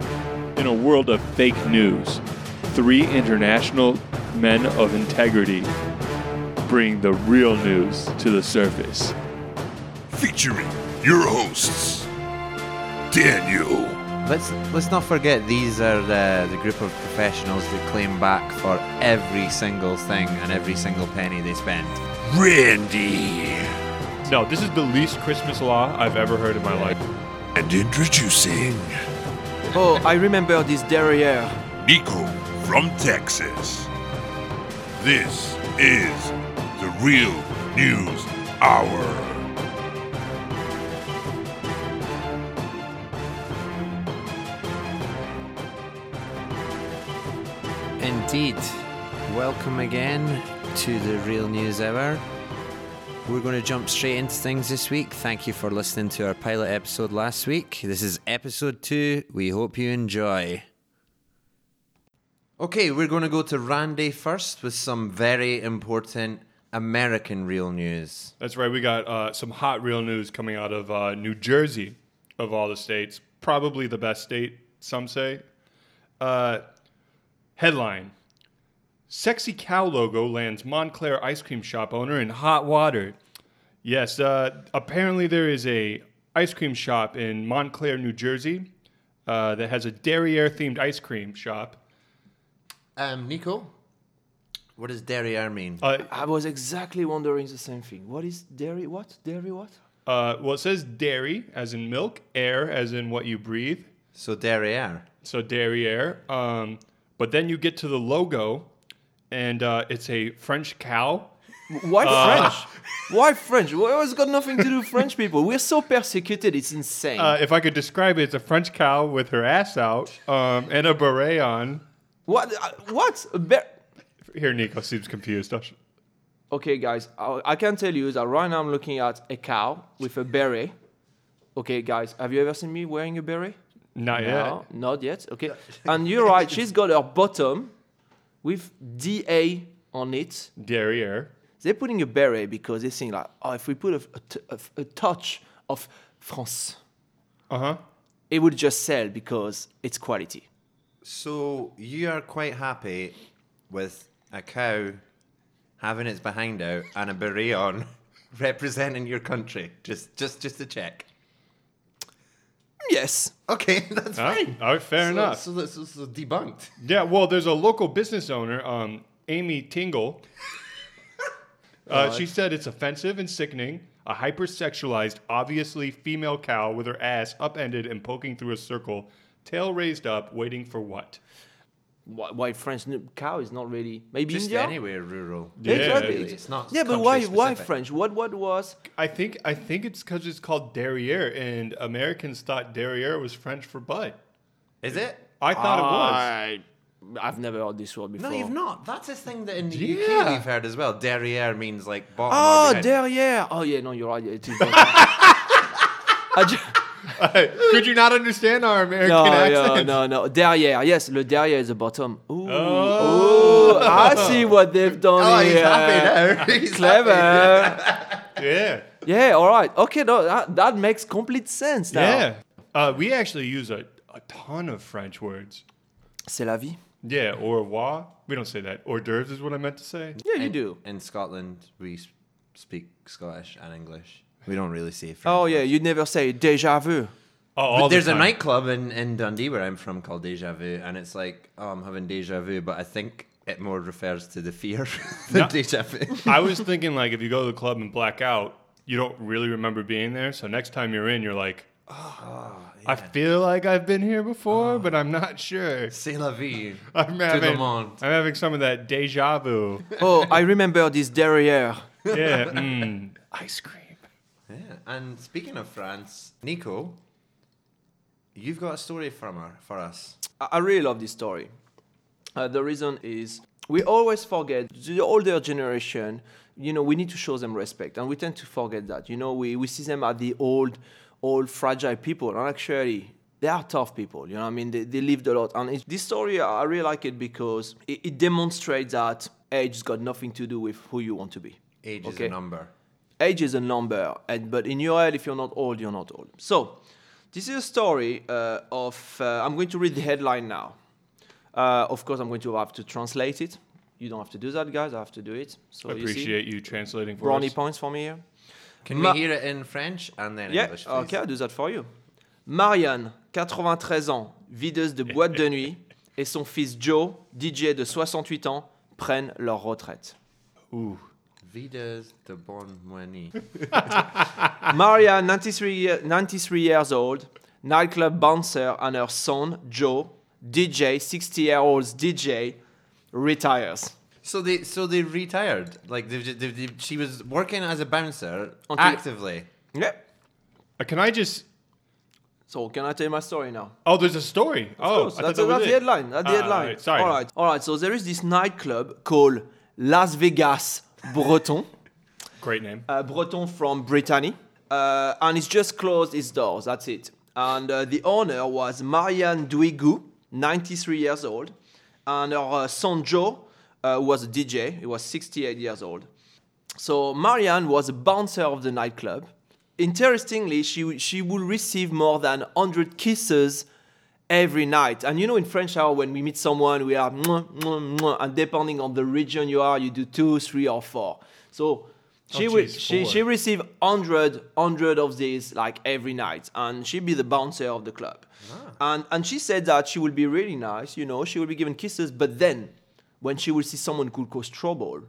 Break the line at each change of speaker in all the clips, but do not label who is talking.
in a world of fake news, three international men of integrity bring the real news to the surface.
Featuring your hosts, Daniel,
Let's let's not forget these are the the group of professionals that claim back for every single thing and every single penny they spend.
Randy,
No, this is the least Christmas law I've ever heard in my life.
and introducing
Oh, I remember this derrière.
Nico from Texas. This is the Real News Hour.
Indeed. Welcome again to the Real News Hour. We're going to jump straight into things this week. Thank you for listening to our pilot episode last week. This is episode two. We hope you enjoy. Okay, we're going to go to Randy first with some very important American real news.
That's right. We got uh, some hot real news coming out of uh, New Jersey, of all the states, probably the best state, some say. Uh, headline: Sexy cow logo lands Montclair ice cream shop owner in hot water. Yes, uh, apparently there is a ice cream shop in Montclair, New Jersey, uh, that has a derriere themed ice cream shop.
Um, Nico, what does derriere mean?
Uh,
I was exactly wondering the same thing. What is dairy? What dairy? What?
Uh, well, it says dairy, as in milk, air, as in what you breathe.
so derriere.
So dairy air. Um, but then you get to the logo, and uh, it's a French cow.
Why French? Why French? Why has got nothing to do with French people? We're so persecuted. It's insane.
Uh, if I could describe it, it's a French cow with her ass out um, and a beret on.
what? Uh, what? A bear-
Here, Nico seems confused. I'll sh-
okay, guys. I, I can tell you that right now I'm looking at a cow with a beret. Okay, guys. Have you ever seen me wearing a beret?
Not
No, not yet. Okay. And you're right. She's got her bottom with DA on it.
yet. Dairy air.
They're putting a beret because they think like, oh, if we put a, a t- a f- a touch of France,
Uh huh.
it would just sell because it's quality.
So you are quite happy with a cow having its behind out and a beret on, representing your country. Just, just, just to check.
Yes.
Okay, that's
All right.
fine.
All right, fair
so,
enough.
So that's so, so debunked.
Yeah, well, there's a local business owner, um, Amy Tingle. uh, she said it's offensive and sickening. A hypersexualized, obviously female cow with her ass upended and poking through a circle, tail raised up, waiting for what?
Why, why French n- cow is not really maybe
Just
India?
anywhere rural.
Yeah.
Exactly.
Really, it's not
yeah, but
country
why? Why
specific.
French? What? What was?
I think I think it's because it's called derriere, and Americans thought derriere was French for butt.
Is it?
I thought it was.
I, have never heard this word before.
No, you've not. That's a thing that in the UK
Yeah. Ah,
we've heard as well. Derriere means like bottom. or
Oh,
behind.
derrière. Oh yeah, no, you're right. yeah, It is. I ju-
Ah. Could you not understand our American
No, no,
accent?
no, no. Derrière, yes, le derrière is the bottom. Ooh, ooh, I see what they've done
Oh, he's
here.
happy now. He's happy.
Clever.
Yeah.
yeah, all right. Okay, no, that, that makes complete sense now.
Yeah. Uh, we actually use a, a ton of French words.
C'est la vie.
Yeah, au revoir. We don't say that. Hors d'oeuvres is what I meant to say.
Yeah, you do.
In Scotland, we s- speak Scottish and English. We don't really say French.
Oh yeah, you never say déjà vu.
Oh,
But
all the
there's a
time.
nightclub in, in Dundee where I'm from called Deja Vu, and it's like, oh, I'm having deja vu, but I think it more refers to the fear than
No.
deja vu.
I was thinking like if you go to the club and black out, you don't really remember being there. So next time you're in, you're like, oh, I feel like I've been here before, but I'm not sure.
C'est la vie.
I'm
le
having, I'm
Ah. monde.
having some of that deja vu.
Oh, I remember this derrière.
yeah, mm, ice cream.
Yeah. And speaking of France, Nico, you've got a story from her for us.
I I really love this story. Uh, the reason is we always forget the older generation. You know, we need to show them respect, and we tend to forget that. You know, we, we see them as the old, old fragile people, and actually they are tough people. You know, what I mean, they, they lived a lot, and it, this story I I really like it because it, it demonstrates that age's got nothing to do with who you want to be
Age is
Okay.
a number.
age is a number, and but in your head, if you're not old, you're not old. So, This is a story uh, of. Uh, I'm going to read the headline now. Uh, of course, I'm going to have to translate it. You don't have to do that, guys. I have to do it. So
I
you see,
appreciate you translating for
brownie
us.
points for me here.
Can
Ma-
we hear it in French and then
Yeah,
English? please?
ok, I'll do that for you. Marianne, 93 ans, videuse de boîte de nuit, et son fils Joe, DJ de 68 ans, prennent leur retraite.
Ooh.
Vidas de Bon Moini.
Marianne, 93, year- 93 years old, nightclub bouncer, and her son Joe, DJ, 60 year old DJ, retires.
So they so they retired. Like they've, ju- they've, they've- she was working as a bouncer
Until-
actively.
Yeah.
Uh, Can I just?
So can I tell you my story now?
Oh, there's a story. oh,
course,
I thought
that's,
that was
that's
it.
the headline. That's
Ah,
the headline.
all right, sorry.
All right. All right. So there is this nightclub called Las Vegas Breton.
Great name.
uh, Breton from Brittany, uh, and it's just closed its doors. That's it. And uh, the owner was Marianne Duigu, 93 years old, and her uh, son Joe uh, was a DJ. He was 68 years old. So Marianne was a bouncer of the nightclub. Interestingly, she she would receive more than 100 kisses every night. And you know, in French hour, when we meet someone, we are mwah, mwah, mwah, and depending on the region you are, you do two, three, or four. So she
Oh,
would
geez,
she
four.
she received 100 100 of these like every night, and she'd be the bouncer of the club.
Ah.
And and she said that she would be really nice, you know, she would be given kisses, but then when she will see someone could cause trouble,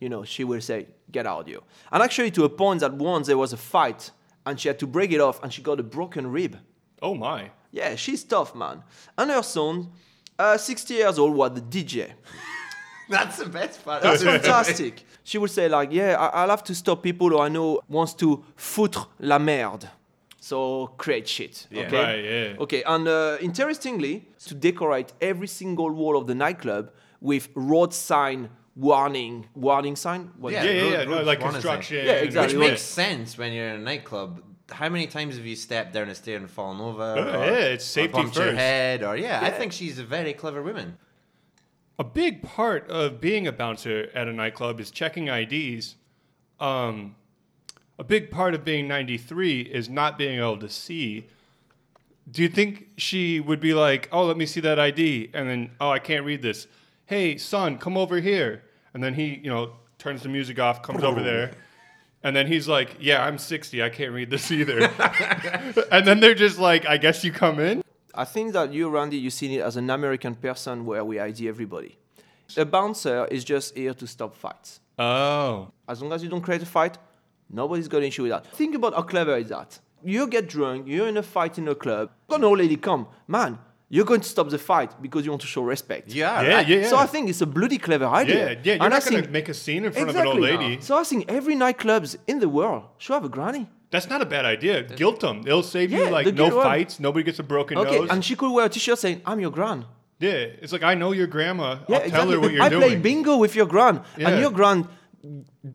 you know, she will say, get out you. And actually, to a point that once there was a fight and she had to break it off and she got a broken rib.
Oh my.
Yeah, she's tough, man. And her son, uh, 60 years old, was the DJ.
That's the best part.
That's fantastic. She would say, like, yeah, I- I'll have to stop people who I know wants to foutre la merde. So create shit. Okay.
Right, yeah.
Okay. And uh, interestingly, to decorate every single wall of the nightclub with road sign warning, warning sign. What
Yeah,
Yeah, yeah,
road-
yeah. No,
road
like
one is it?
construction.
Yeah, exactly.
Which
Yeah.
makes sense when you're in a nightclub. How many times have you stepped down a stair and fallen over?
Oh,
or-
yeah, it's safety
or bumped your
first.
head, or yeah, I
Yeah.
think she's a very clever woman.
A big part of being a bouncer at a nightclub is checking IDs. Um, a big part of being 93 is not being able to see. Do you think she would be like, "Oh, let me see that ID," and then, "Oh, I can't read this." Hey, son, come over here. And then he, you know, turns the music off, comes over there, and then he's like, "Yeah, I'm 60. I can't read this either." and then they're just like, "I guess you come in."
I think that you, Randy, you see it as an American person where we ID everybody. A bouncer is just here to stop fights.
Oh,
As long as you don't create a fight, nobody's got an issue with that. Think about how clever is that. You get drunk, you're in a fight in a club, got an old lady come, man, you're going to stop the fight because you want to show respect.
Yeah,
yeah,
I-
yeah, yeah.
So I think it's a bloody clever idea.
yeah, yeah. You're
And I
not gonna
think-
make a scene in front
exactly.
of an old lady.
So I think every nightclubs in the world should have a granny.
That's not a bad idea. Guilt them. It'll save
Yeah,
you like
the
no
guilt one.
fights. Nobody gets a broken
Okay,
nose.
and she could wear a t-shirt saying, "I'm your gran."
yeah, it's like I know your grandma.
Yeah,
I'll tell her what you're
I play
doing.
bingo with your gran,
Yeah.
and your gran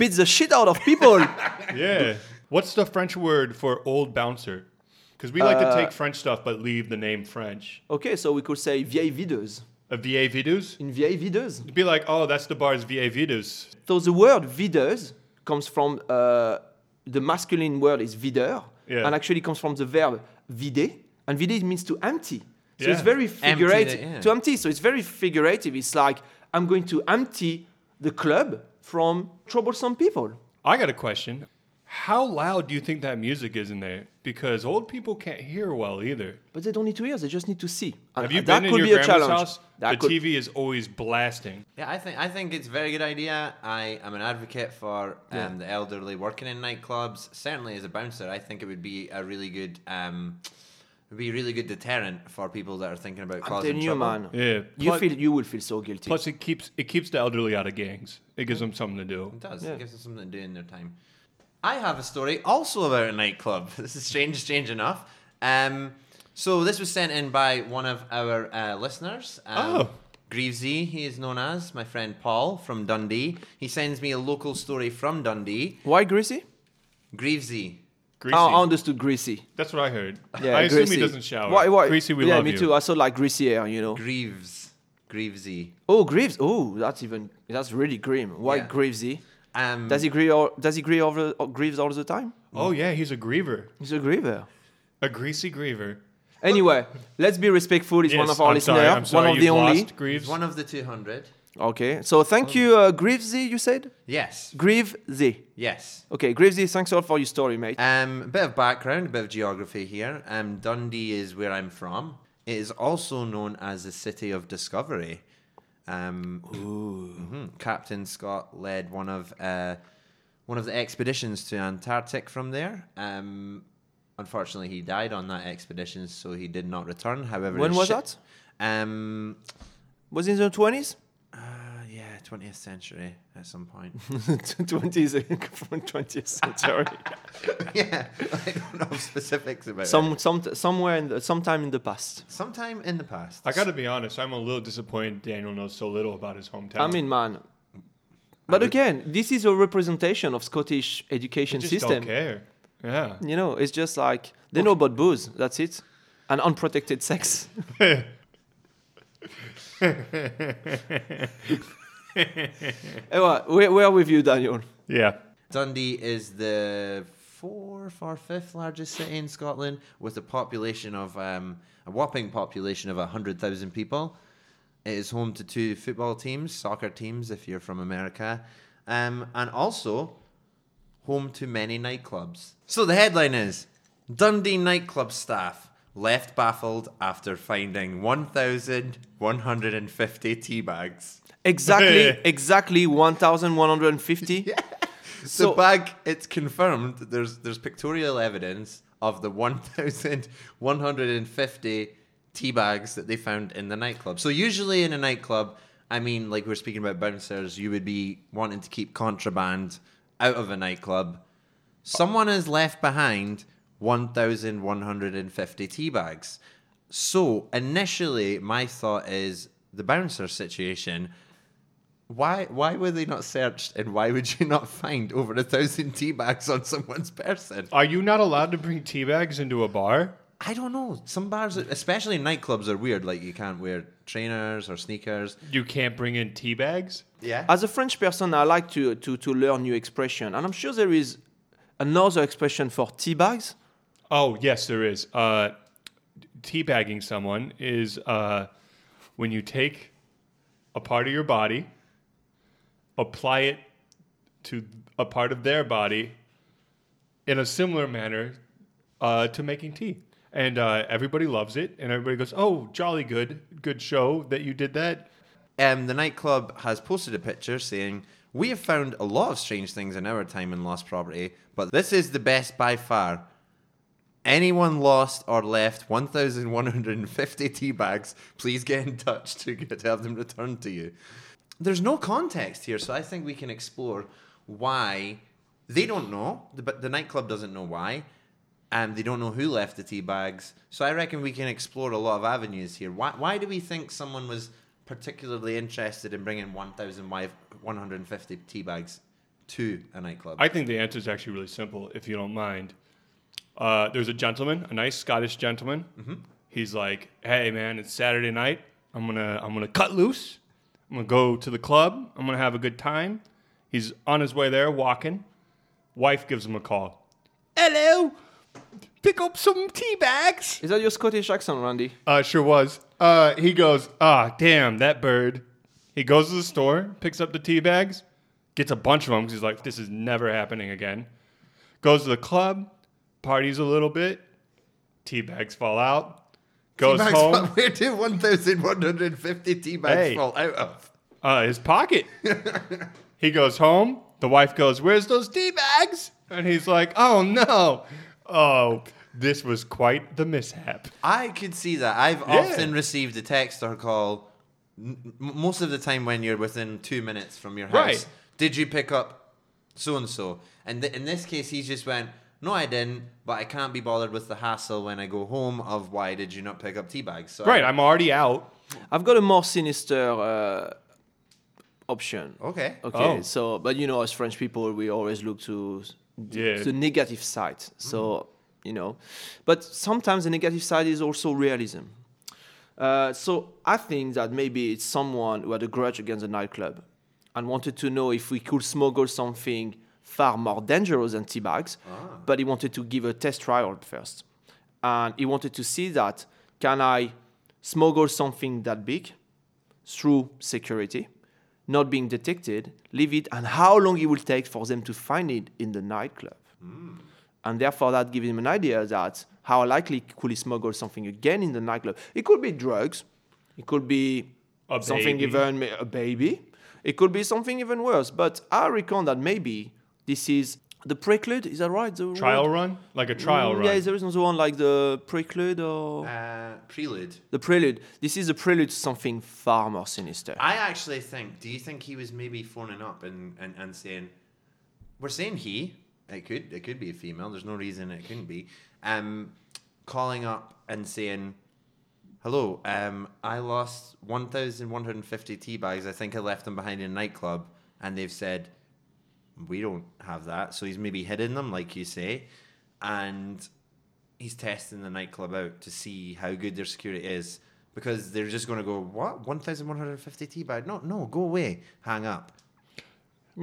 beats the shit out of people.
yeah. What's the French word for old bouncer? Because we like
Uh,
to take French stuff but leave the name French.
okay, so we could say vieille videuse.
A VA vidus?
Une vieille videuse.
Be like, oh, that's the bar's VA vidus.
So the word videuse comes from uh, the masculine word is videur,
Yeah.
and actually comes from the verb vider, and vider means to empty. So it's
Yeah.
very
Empty the-
figurative
yeah.
to empty. So it's very figurative. It's like I'm going to empty the club from troublesome people.
I got a question. How loud do you think that music is in there? Because old people can't hear well either.
But they don't need to hear; they just need to see. And
Have you
Uh, that
been in
could
your
be a
grandma's
challenge.
house?
That
the
could-
TV is always blasting.
Yeah, I think I think it's a very good idea. I am an advocate for um, the elderly working in nightclubs. Certainly, as a bouncer, I think it would be a really good, um, would be a really good deterrent for people that are thinking about
I'm
causing
telling you,
trouble.
man.
Yeah.
You
Plus-
feel you will feel so guilty.
Plus, it keeps it keeps the elderly out of gangs. It gives them something to do.
It does. It gives them something to do in their time. I have a story also about a nightclub. This is strange, strange enough. Um, so this was sent in by one of our uh, listeners. Um,
Oh.
Greavesy, he is known as my friend Paul from Dundee. He sends me a local story from Dundee. E.
Why greasy?
Greavesy,
Greasy.
Oh, I understood greasy.
That's what I heard.
Yeah,
I assume
greasy.
he doesn't shower.
Why, why?
Greasy, we
yeah,
love
me
you.
too. I saw like greasy hair, you know.
Greaves, E. Greavesy.
Oh, Greaves. Oh, that's even that's really grim. Why
Yeah.
Greavesy?
Um,
Does he grieve? All, does he grieve over or Greaves all the time?
oh yeah, he's a griever.
He's a griever.
A greasy griever.
Anyway, let's be respectful. He's one
Yes,
of our
I'm
listeners,
sorry, I'm sorry,
one of
you've
the only.
lost, Greaves.
One of the 200.
Okay, so thank you, uh, Greavesy. You said
Yes.
Greavesy.
Yes.
Okay, Greavesy, thanks a lot for your story, mate.
Um, a bit of background, a bit of geography here. Um, Dundee is where I'm from. It is also known as the City of Discovery. Um, mhm. Captain Scott led one of uh, one of the expeditions to Antarctic from there. Um, unfortunately, he died on that expedition, so he did not return. However,
When
his
was
ship- Um,
Was it in the twenties?
uh, yeah, 20th century at some point.
Twenties from twentieth century.
yeah, I don't know specifics about it.
some, some, somewhere, in the, sometime in the past.
Sometime in the past.
I gotta be honest, I'm a little disappointed Daniel knows so little about his hometown.
I mean, man. But again, this is a representation of Scottish education
I just
system.
don't care. Yeah.
You know, it's just like they know about booze. That's it, and unprotected sex. anyway, we're, we're with you, Daniel.
Yeah.
Dundee is the fourth or fifth largest city in Scotland, with a population of um, a whopping population of hundred thousand people. It is home to two football teams, soccer teams, if you're from America, um, and also home to many nightclubs. So the headline is Dundee nightclub staff left baffled after finding 1,150 tea bags.
Exactly, exactly 1,150.
So
So,
the bag, it's confirmed. that There's there's pictorial evidence of the 1,150 tea bags that they found in the nightclub. So usually in a nightclub, I mean, like we we're speaking about bouncers, you would be wanting to keep contraband out of a nightclub. Someone has left behind 1,150 tea bags. So initially, my thought is the bouncer situation why why were they not searched and why would you not find over a thousand tea bags on someone's person?
Are you not allowed to bring tea bags into a bar?
I don't know. Some bars, especially nightclubs, are weird. Like you can't wear trainers or sneakers.
You can't bring in tea bags?
Yeah.
as a French person, I like to, to, to learn new expression, and I'm sure there is another expression for tea bags.
Oh, yes, there is. Uh, teabagging someone is uh, when you take a part of your body, apply it to a part of their body in a similar manner uh, to making tea. And uh, everybody loves it, and everybody goes, "Oh, jolly good, good show that you did that."
Um, the nightclub has posted a picture saying, "We have found a lot of strange things in our time in lost property, but this is the best by far." Anyone lost or left 1,150 tea bags, please get in touch to, get, to have them returned to you. There's no context here, so I think we can explore why they don't know, the- but the nightclub doesn't know why, and they don't know who left the tea bags. So I reckon we can explore a lot of avenues here. Why, why do we think someone was particularly interested in bringing 1,150 tea bags to a nightclub?
I think the answer is actually really simple, if you don't mind. Uh, there's a gentleman, a nice Scottish gentleman. He's like, "Hey, man, it's Saturday night. I'm gonna, I'm gonna cut loose. I'm gonna go to the club. I'm gonna have a good time." He's on his way there, walking. Wife gives him a call. Hello, pick up some tea bags.
Is that your Scottish accent, Randy?
Uh, sure was. Uh, he goes, ah, damn, that bird. He goes to the store, picks up the tea bags, gets a bunch of them because he's like, this is never happening again. Goes to the club, parties a little bit, tea bags fall out, goes
Tea bags,
home,
Where did 1,150 tea bags
Hey.
fall out of?
uh, his pocket. he goes home. The wife goes, where's those tea bags? And he's like, oh no. Oh, this was quite the mishap.
I could see that. I've
Yeah.
often received a text or call, m- m- most of the time when you're within two minutes from your house.
Right.
Did you pick up so and so? And th- in this case, he just went, No, I didn't, but I can't be bothered with the hassle when I go home of why did you not pick up tea bags? So I-
Right, I'm already out.
I've got a more sinister uh, option.
okay.
Okay,
Oh.
so but you know, as French people, we always look to s-
Yeah. Mm.
the negative side. So you know, but sometimes the negative side is also realism. Uh, so I think that maybe it's someone who had a grudge against the nightclub and wanted to know if we could smuggle something far more dangerous than tea bags, but he wanted to give a test trial first. and he wanted to see that can I smuggle something that big through security, not being detected, leave it, and how long it will take for them to find it in the nightclub. And therefore, that gives him an idea that how likely could he smuggle something again in the nightclub? It could be drugs, it could be
A
something
baby.
even a baby, it could be something even worse. But I reckon that maybe this is the prelude. Is that right? The
Trial
word?
run? Like a trial
Mm,
run. Ah.
Yeah, there is another one like the prelude or
Uh, prelude.
the prelude. This is the prelude to something far more sinister.
I actually think. Do you think he was maybe phoning up and, and, and saying, "We're saying he. It could it could be a female. There's no reason it couldn't be." Um, calling up and saying, "Hello, um, I lost 1,150 tea bags. I think I left them behind in a nightclub." And they've said, "We don't have that." So he's maybe hidden them, like you say, and he's testing the nightclub out to see how good their security is because they're just going to go what 1150 tea bag no no go away hang up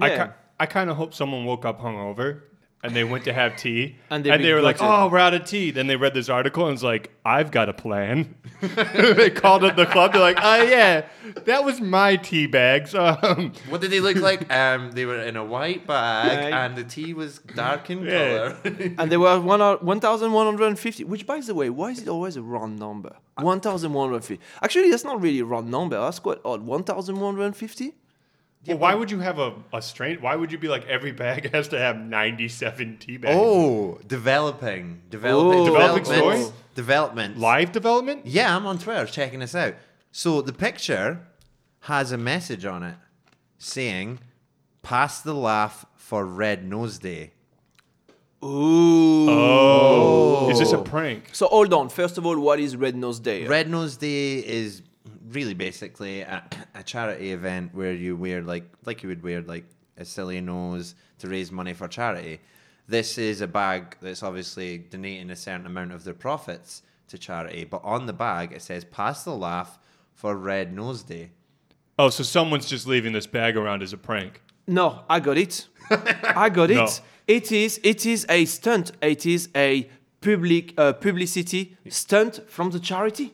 I,
Yeah.
ki- I kind of hope someone woke up hungover and they went to have tea
And
and
they
they, were like,
regretted.
"Oh, we're out of tea." Then they read this article and was like, "I've got a plan." they called up the club. They're like, "Oh yeah, that was my tea bags." Um,
what did they look like um they were in a white bag
Yeah.
and the tea was dark in
Yeah.
color
and there were one hou- 1,150, which, by the way, why is it always a round number? 1,150. Actually, that's not really a round number. That's quite odd. 1,150?
well, why would you have a, a strain? Why would you be like every bag has to have ninety-seven tea bags?
oh developing developing
Oh.
Developing
developments,
story?
developments.
live development.
yeah i'm on twitter checking this out so the picture has a message on it saying pass the laugh for red nose day
Ooh.
Oh, is this a prank?
So hold on. First of all, what is Red Nose Day?
Red Nose Day is really basically a, a charity event where you wear like like you would wear like a silly nose to raise money for charity. This is a bag that's obviously donating a certain amount of their profits to charity, but on the bag it says "Pass the laugh for Red Nose Day."
Oh, so someone's just leaving this bag around as a prank.
No, I got it. I got it.
No.
It is it is a stunt. It is a public uh, publicity stunt from the charity.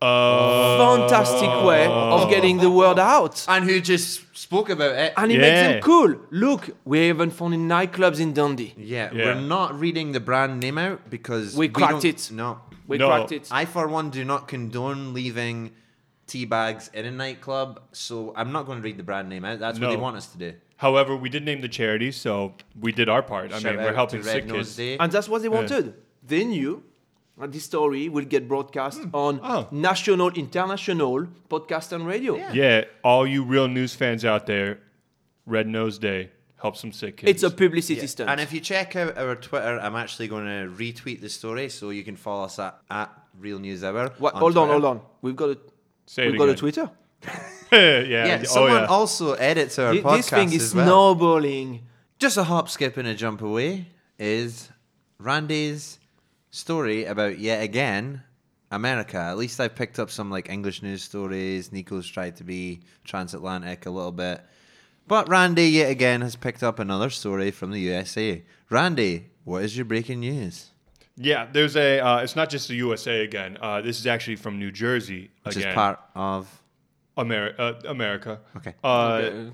Uh,
Fantastic
Oh.
way of getting the word out.
And who just spoke about it?
And it makes them
Yeah.
cool. Look, we're even found in nightclubs in Dundee.
yeah,
Yeah.
we're not reading the brand name out because
We cracked
don't-
it.
No,
We
No.
cracked it.
I, for one, do not condone leaving tea bags in a nightclub, so I'm not going to read the brand name out. That's what
No.
they want us to do.
However, we did name the charity, so we did our part. I
Shout
mean,
out
we're
to
helping
Red
sick
Nose
kids.
Day.
And that's what they wanted. They knew that this story will get broadcast on
Oh.
national, international podcast and radio.
Yeah, all you real news fans out there, Red Nose Day, help some sick kids.
It's a publicity stunt.
And if you check out our Twitter, I'm actually going to retweet the story, so you can follow us at, at Real News Hour.
What- hold on, hold on. We've got a
Say it
we've got a
again.
Twitter.
yeah,
Yeah,
oh
someone
yeah.
also edits our
Thi-
podcast
this thing is
as well. Uh,
snowballing.
Just a hop, skip, and a jump away is Randy's story about yet again America. At least I picked up some like English news stories. Nico's tried to be transatlantic a little bit. But Randy yet again has picked up another story from the USA. Randy, what is your breaking news?
yeah, there's a. Uh, it's not just the USA again. Uh, this is actually from New Jersey
Which
again.
is part of
Ameri- uh, America.
Okay.
Uh,
Okay.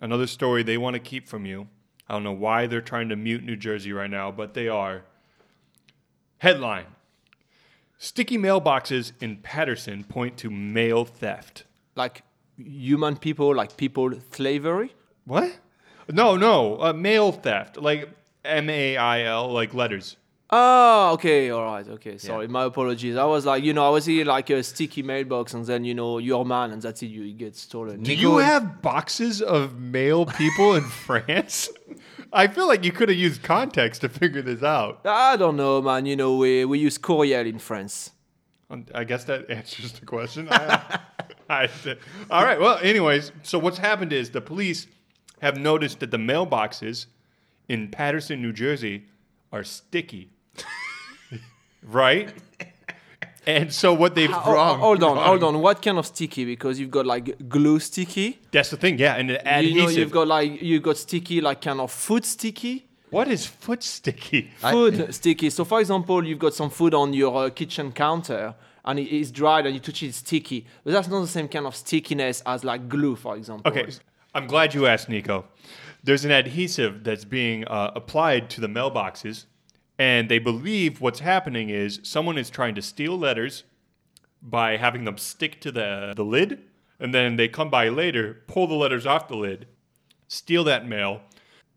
Another story they want to keep from you. I don't know why they're trying to mute New Jersey right now, but they are. Headline: Sticky mailboxes in Patterson point to mail theft.
Like human people, like people slavery.
Oh,
What? No, no, uh, mail theft, like M A I L, like letters.
Oh, okay, all right, okay. Sorry, my apologies. I was like, you know, I was here like a sticky mailbox, and then you know, your man, and that's it. You it gets stolen.
Do
Nico-
you have boxes of male people in France? I feel like you could have used context to figure this out.
I don't know, man. You know, we we use Courriel in France.
Um, I guess that answers the question. I, I, all right. Well, anyways, so what's happened is the police have noticed that the mailboxes in Patterson, New Jersey, are sticky, right? And so what they've
Oh,
Wrong,
hold on,
wrong.
hold on. What kind of sticky? Because you've got like glue sticky.
That's the thing, yeah, and the
You
adhesive.
know, you've got like you got sticky, like kind of food sticky.
What is foot sticky?
I-
food sticky. So, for example, you've got some food on your uh, kitchen counter and it is dried and you touch it, it's sticky. But that's not the same kind of stickiness as like glue, for example.
Okay, I'm glad you asked, Nico. There's an adhesive that's being uh, applied to the mailboxes, and they believe what's happening is someone is trying to steal letters by having them stick to the, the lid, and then they come by later, pull the letters off the lid, steal that mail,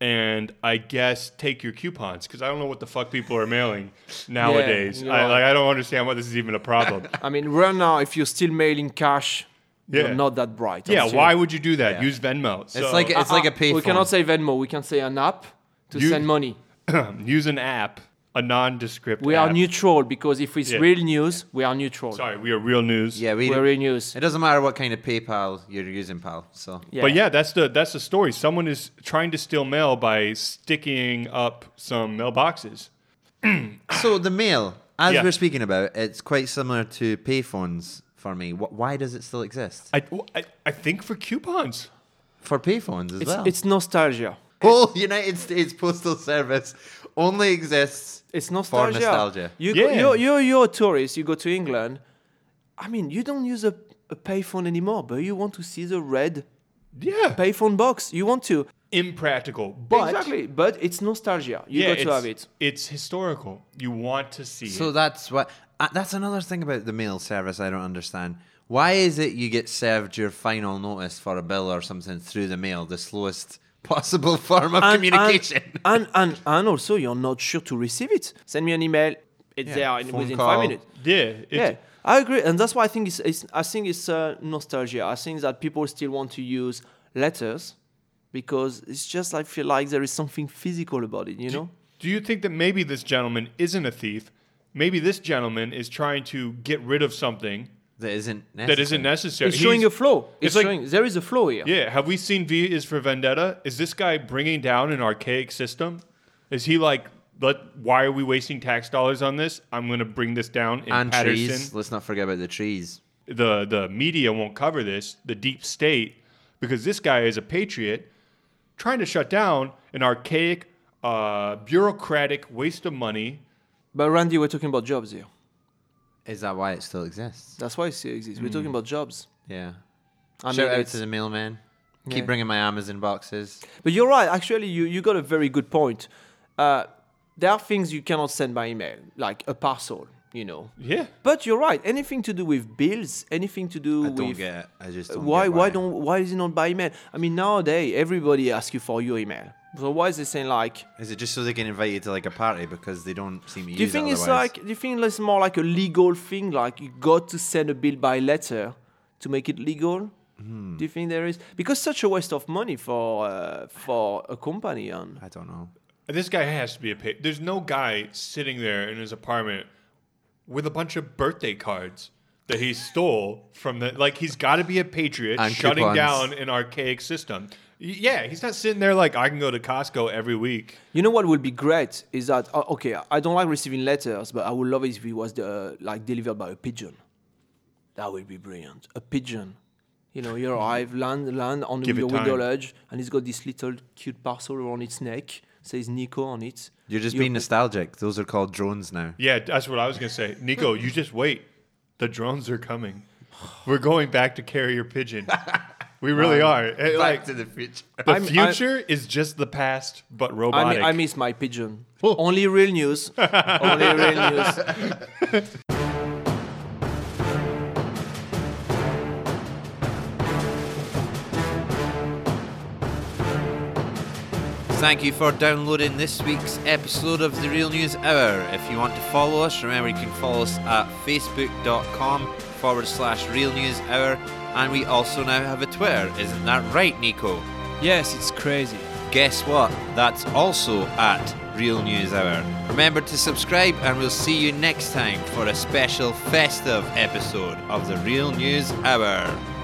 and I guess take your coupons because I don't know what the fuck people are mailing nowadays.
you
I,
are.
like, I don't understand why this is even a problem.
I mean, right now, if you're still mailing cash,
Yeah.
you're not that bright.
yeah,
honestly.
why would you do that?
Yeah.
Use Venmo.
It's like it's like a pay.
uh, We cannot say Venmo. We can say an app to
You-
send money.
use an app, a nondescript.
We
app.
are neutral because if it's
Yeah.
real news, we are neutral.
Sorry, we are real news.
Yeah, we.
We're real news.
It doesn't matter what kind of PayPal you're using, pal. So
But yeah, that's the that's the story. Someone is trying to steal mail by sticking up some mailboxes.
So the mail, as
Yeah.
we're speaking about, it's quite similar to payphones for me. Wh- Why does it still exist
I, I, I think for coupons.
for payphones as
It's,
well?
it's nostalgia.
whole United States Postal Service only exists
It's
for
nostalgia.
nostalgia.
You
Yeah.
go, you're, you're, you're a tourist. You go to England. I mean, you don't use a, a payphone anymore, but you want to see the red
Yeah,
payphone box. You want to.
impractical. But
exactly. But it's nostalgia. You
yeah,
got to
it's-
have it.
It's historical. You want to see.
So
it.
that's what. Uh, that's another thing about the mail service I don't understand. Why is it you get served your final notice for a bill or something through the mail, the slowest possible form of
And-
communication?
And, and, and, and also, you're not sure to receive it. Send me an email. It's there in,
phone
within
call.
five minutes.
Yeah, it,
Yeah, I agree, and that's why I think it's, it's I think it's uh, nostalgia. I think that people still want to use letters because it's just I feel like there is something physical about it, you know.
Do you think that maybe this gentleman isn't a thief? Maybe this gentleman is trying to get rid of something
that isn't. Necessary.
that isn't necessary.
It's showing a
He's-
flow. It's,
like-
showing there is a flow here.
Yeah, have we seen V is for Vendetta? Is this guy bringing down an archaic system? Is he like, let, why are we wasting tax dollars on this? I'm going to bring this down in
And
Patterson.
trees. Let's not forget about the trees.
The the media won't cover this, the deep state, because this guy is a patriot trying to shut down an archaic uh, bureaucratic waste of money.
But Randy, we're talking about jobs here.
Is that why it still exists?
That's why it still exists. We're
Mm.
talking about jobs.
Yeah.
I
Shout
mean,
out
it's-
to the mailman. Keep
Yeah.
bringing my Amazon boxes.
But you're right. Actually, you, you got a very good point. Uh, there are things you cannot send by email, like a parcel, you know.
Yeah.
But you're right. Anything to do with bills, anything to do
I
with
don't get it. I just don't
Uh, why
get
why don't why is it not by email? I mean nowadays everybody asks you for your email. So why is they saying like
Is it just so they can invite you to like a party because they don't seem to
do you
use it
think it's
otherwise?
like do you think it's more like a legal thing? Like you got to send a bill by letter to make it legal? Do you think there is because such a waste of money for uh, for a company on
I don't know.
This guy has to be a patriot. There's no guy sitting there in his apartment with a bunch of birthday cards that he stole from the. Like, he's got to be a patriot
And
shutting
coupons.
down an archaic system. Y- Yeah, he's not sitting there like, I can go to Costco every week.
You know what would be great is that uh, okay I don't like receiving letters but I would love it if it was uh, like delivered by a pigeon. That would be brilliant. A pigeon. You know, you arrive, land, land on
Mm-hmm. Give it
your window
time.
ledge, and it's got this little cute parcel around its neck. Says Nico on it.
You're just being nostalgic. Those are called drones now.
Yeah, that's what I was going to say. Nico, you just wait. The drones are coming. We're going back to carrier pigeon. We really are. Eh, like,
the future.
the
I'm- I-
future is just the past, but
I,
robotic. Oh.
mi- I miss my pigeon. Only real news. Only real news.
Thank you for downloading this week's episode of The Real News Hour. If you want to follow us, remember you can follow us at facebook.com forward slash Real News Hour. And we also now have a Twitter. Isn't that right, Nico?
Yes, it's crazy.
Guess what? That's also at Real News Hour. Remember to subscribe, and we'll see you next time for a special festive episode of The Real News Hour.